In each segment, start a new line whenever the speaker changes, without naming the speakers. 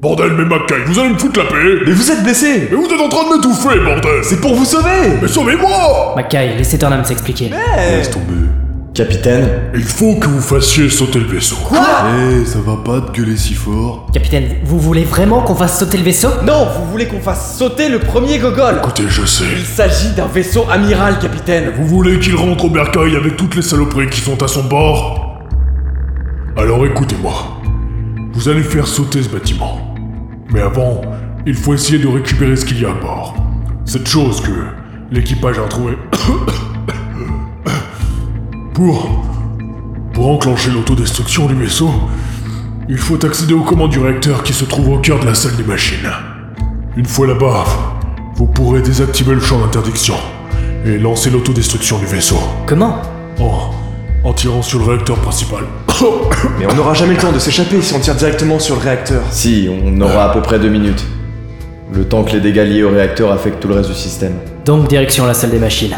Bordel, mais Mackay, vous allez me foutre la paix
Mais vous êtes blessé
Mais vous êtes en train de m'étouffer, bordel
C'est pour vous sauver
Mais sauvez-moi
Mackay, laissez ton âme s'expliquer.
Laisse tomber.
Capitaine
Il faut que vous fassiez sauter le vaisseau.
Quoi
Eh, ça va pas de gueuler si fort.
Capitaine, vous voulez vraiment qu'on fasse sauter le vaisseau
Non, vous voulez qu'on fasse sauter le premier gogol
Écoutez, je sais.
Il s'agit d'un vaisseau amiral, capitaine.
Vous voulez qu'il rentre au bercail avec toutes les saloperies qui sont à son bord Alors écoutez-moi. Vous allez faire sauter ce bâtiment. Mais avant, il faut essayer de récupérer ce qu'il y a à bord. Cette chose que l'équipage a trouvée. pour. Pour enclencher l'autodestruction du vaisseau, il faut accéder aux commandes du réacteur qui se trouve au cœur de la salle des machines. Une fois là-bas, vous pourrez désactiver le champ d'interdiction et lancer l'autodestruction du vaisseau
Comment
en, en tirant sur le réacteur principal.
Mais on n'aura jamais le temps de s'échapper si on tire directement sur le réacteur.
Si, on aura à peu près deux minutes. Le temps que les dégâts liés au réacteur affectent tout le reste du système.
Donc direction la salle des machines.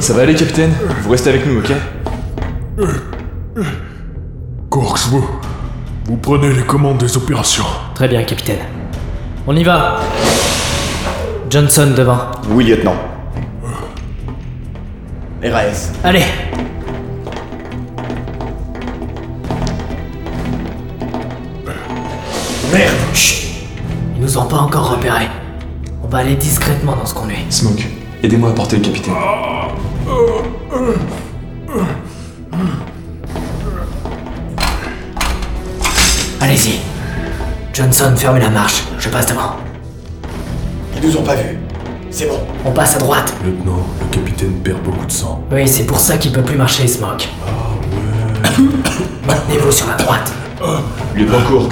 Ça va aller, capitaine Vous restez avec nous, ok
Corks, vous, vous prenez les commandes des opérations.
Très bien, capitaine. On y va Johnson devant.
Oui, lieutenant.
RAS.
Allez Merde Chut Ils nous ont pas encore repérés. On va aller discrètement dans ce qu'on est.
Smoke, aidez-moi à porter le capitaine.
Allez-y Johnson, fermez la marche. Je passe devant.
Ils nous ont pas vus. C'est bon.
On passe à droite.
Lieutenant, le capitaine perd beaucoup de sang.
Oui, c'est pour ça qu'il peut plus marcher, Smoke. Maintenez-vous sur la droite.
Lieutenant Courx,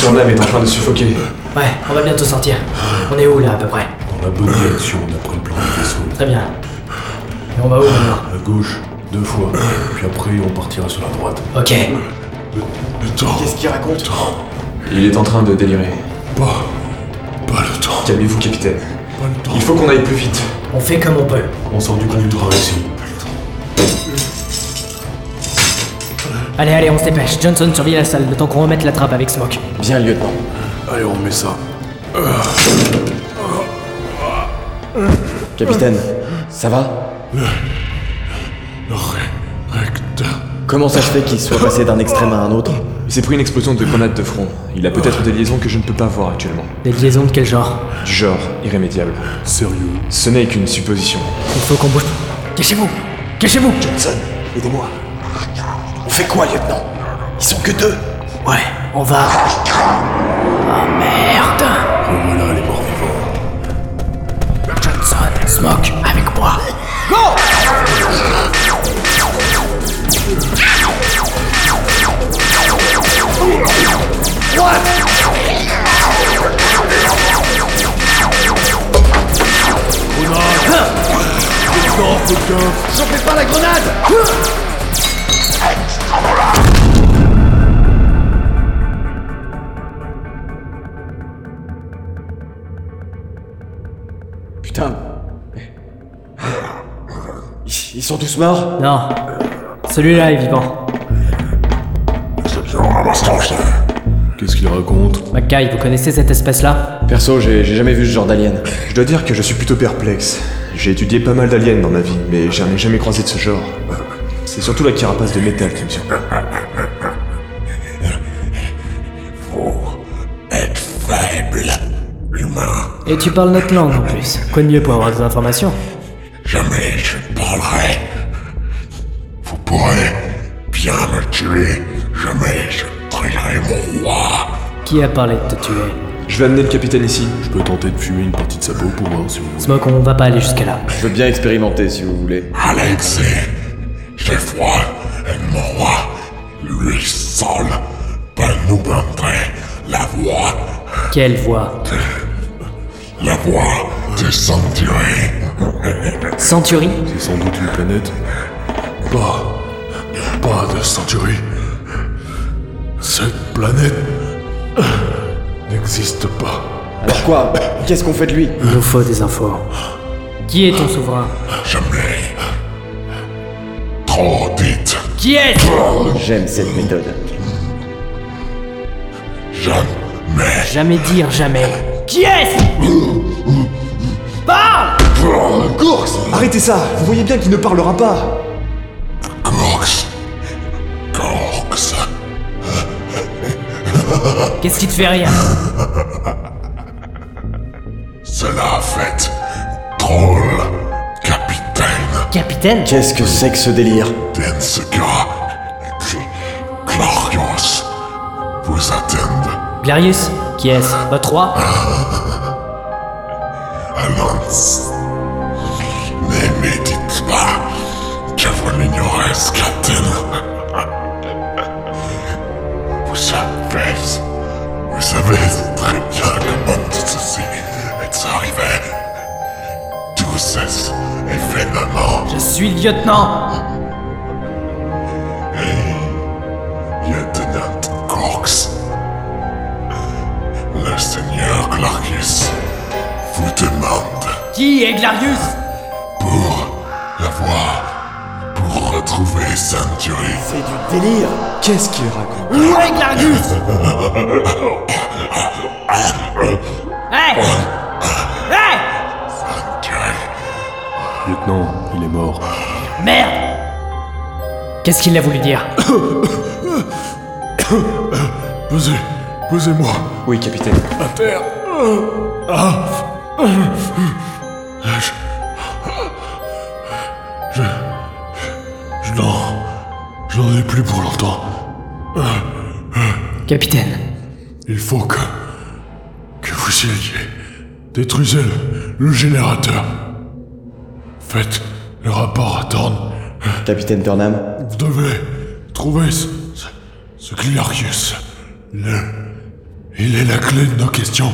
ton âme est en train de suffoquer.
Ouais, on va bientôt sortir. On est où là à peu près
Dans la bonne direction, d'après le plan du vaisseau.
Très bien. Et on va où maintenant
Euh.
À gauche, deux fois. Euh. Puis après, on partira sur la droite.
Ok.
Le temps,
Qu'est-ce qu'il raconte
Il est en train de délirer.
pas, pas le temps,
Calmez-vous, capitaine.
pas le temps.
Il faut qu'on aille plus vite.
On fait comme on peut.
On sort du conducteur ici.
Allez, allez, on se dépêche. Johnson surveille la salle, le temps qu'on remette la trappe avec Smoke.
Bien, lieutenant.
Allez, on met ça.
Capitaine, ça va
Le ré- réacteur.
Comment ça se fait qu'il soit passé d'un extrême à un autre
Il s'est pris une explosion de grenades de front. Il a peut-être des liaisons que je ne peux pas voir actuellement.
Des liaisons de quel genre
Du genre irrémédiable.
Sérieux.
Ce n'est qu'une supposition.
Il faut qu'on bouge. Cachez-vous Cachez-vous
Aidez-moi.
On fait quoi, lieutenant Ils sont que deux.
Ouais, on va. Oh merde
Voilà les morts vivants.
Johnson, Smoke, avec moi.
J'en fais pas la grenade
Putain. Ils ils sont tous morts
Non. Celui-là est vivant.
Qu'est-ce qu'il raconte
McKay, vous connaissez cette espèce-là
Perso, j'ai j'ai jamais vu ce genre d'alien.
Je dois dire que je suis plutôt perplexe. J'ai étudié pas mal d'aliens dans ma vie, mais j'en ai jamais croisé de ce genre. C'est surtout la carapace de métal qui me surprend.
Et tu parles notre langue en plus. Quoi de mieux pour avoir des informations
Jamais je ne parlerai. Vous pourrez bien me tuer. Jamais je ne traînerai mon roi.
Qui a parlé de te tuer
Je vais amener le capitaine ici.
Je peux tenter de fumer une partie de sa peau pour voir si vous voulez.
Smoke, on va pas aller jusqu'à là.
Je veux bien expérimenter si vous voulez.
Alexei, j'ai foi et mon roi, lui seul, peut nous montrer la voie,
Quelle voix
la voie du sanctuaire.
Century
C'est sans doute une planète.
Pas, pas de sanctuaire. Cette planète euh, n'existe pas.
Alors quoi Qu'est-ce qu'on fait de lui
Il nous faut des infos. Qui est ton souverain
Jamais. Trop vite.
Qui est
J'aime cette méthode.
Jamais.
Jamais dire jamais. Qui est-ce Parle
Corx Arrêtez ça Vous voyez bien qu'il ne parlera pas
Corx. Corx.
Qu'est-ce qui te fait rire
Cela a fait drôle, capitaine
Capitaine
Qu'est-ce que c'est que ce délire
Densuka. Clarios. Vous attendent
Blarius Qui est-ce Votre roi
Alonso. Ne me dites pas que vous l'ignorez, capitaine. Vous savez, vous savez très bien comment tout ceci est arrivé. Tous ces événements.
Je suis le lieutenant
Lieutenant Corks. Le seigneur Clarkis vous demande
Qui est Glarius
pour la voie pour retrouver Sanctuary.
Délire
Qu'est-ce qu'il raconte
Où est Glarius Hey Hey
Sanctuary.
Lieutenant, il est mort.
Merde Qu'est-ce qu'il a voulu dire
Posez, posez-moi
Oui, capitaine.
à terre. Ah. Je. Je. Je n'en. Je n'en ai plus pour longtemps.
Capitaine,
Il faut que. que vous y alliez. Détruisez le, le générateur. Faites le rapport attendre.
Capitaine Turnham
Vous devez trouver ce. ce, ce Cliarchius. Le. Il est la clé de nos questions.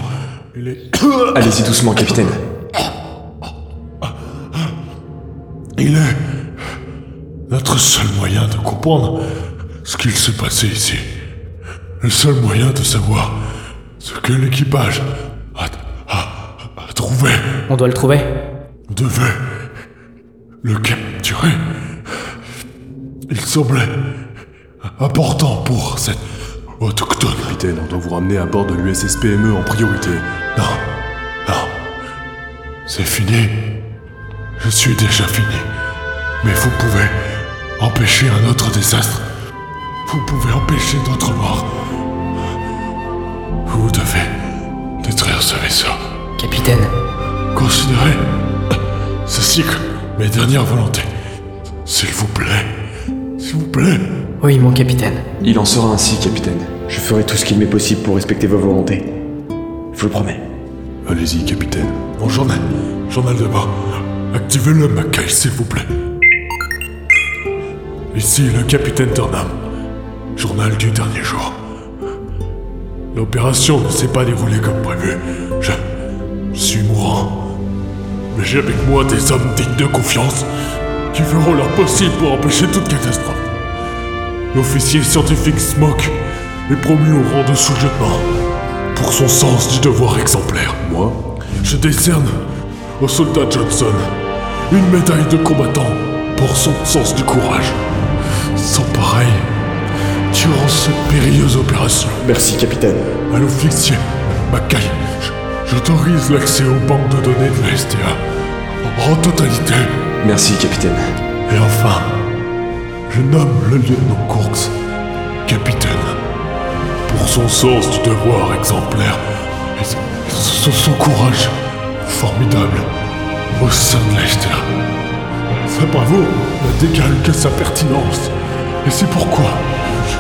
Il est.
Allez-y doucement, capitaine.
Il est notre seul moyen de comprendre ce qu'il se passait ici. Le seul moyen de savoir ce que l'équipage a, a- a trouvé.
on doit le trouver.
On devait le capturer. Il semblait important pour cet autochtone.
Capitaine, on doit vous ramener à bord de l'USS PME E en priorité.
Non, non. C'est fini. Je suis déjà fini. Mais vous pouvez empêcher un autre désastre. Vous pouvez empêcher d'autres morts. Vous devez détruire ce vaisseau.
Capitaine,
Considérez ceci comme mes dernières volontés. S'il vous plaît. S'il vous plaît.
oui mon capitaine.
Il en sera ainsi, capitaine.
Je ferai tout ce qu'il m'est possible pour respecter vos volontés. Je vous le promets.
Allez-y, capitaine.
Mon journal. Journal de bord. Activez-le, Mackay, s'il vous plaît. Ici le capitaine Turnham. Journal du dernier jour. L'opération ne s'est pas déroulée comme prévu. Je je suis mourant. Mais j'ai avec moi des hommes dignes de confiance qui feront leur possible pour empêcher toute catastrophe. L'officier scientifique Smoke est promu au rang de sous-lieutenant pour son sens du devoir exemplaire. Moi Je décerne au soldat Johnson une médaille de combattant pour son sens du courage. Sans pareil, durant cette périlleuse opération,
Merci, capitaine.
à l'officier Mackay, j- j'autorise l'accès aux banques de données de la STA en- en totalité.
Merci, capitaine.
Et enfin, je nomme le lieutenant Courx capitaine pour son sens du devoir exemplaire et son- son, son courage formidable au sein de l'Ester. Sa bravoure ne décale que sa pertinence et c'est pourquoi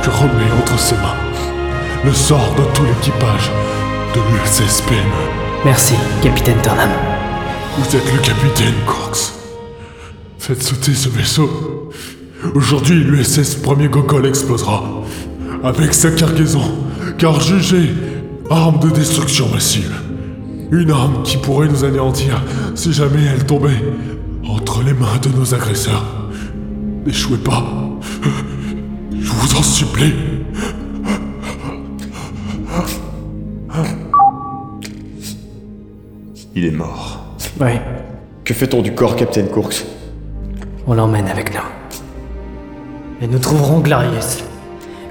je remets entre ses mains le sort de tout l'équipage de l'USSPM.
Merci, capitaine Turnham.
Vous êtes le capitaine Corks. Faites sauter ce vaisseau. Aujourd'hui, l'USS Premier Gogol explosera. Avec sa cargaison, car jugée arme de destruction massive. Une arme qui pourrait nous anéantir si jamais elle tombait entre les mains de nos agresseurs. N'échouez pas. Je vous en supplie.
Il est mort.
Oui,
Que fait-on du corps, capitaine Courx
on l'emmène avec nous. Et nous trouverons Glarius,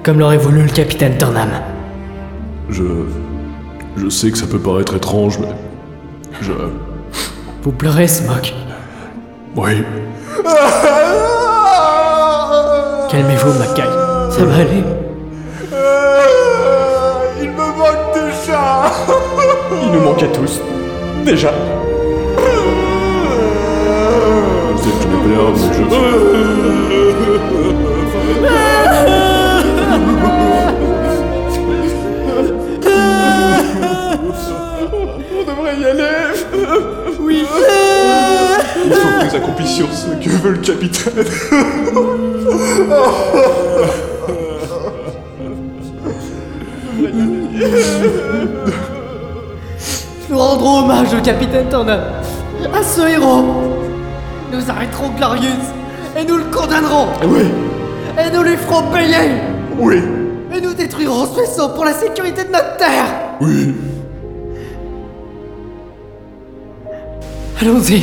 comme l'aurait voulu le capitaine Turnham.
Je. Je sais que ça peut paraître étrange, mais. Je.
Vous pleurez, Smoke.
Oui.
Calmez-vous, Mackay. Ça va aller.
Euh, Il me manque déjà
Il nous manque à tous. Déjà.
Euh,
Je sais que je m'énerve, mais je.
Il faut que nous accomplissions ce que veut le capitaine.
Nous rendrons hommage au capitaine Tandem, à ce héros. Nous arrêterons Glorious et nous le condamnerons.
Eh Oui,
Et nous lui ferons payer.
oui,
Et nous détruirons ce vaisseau pour la sécurité de notre terre.
oui.
Allons-y.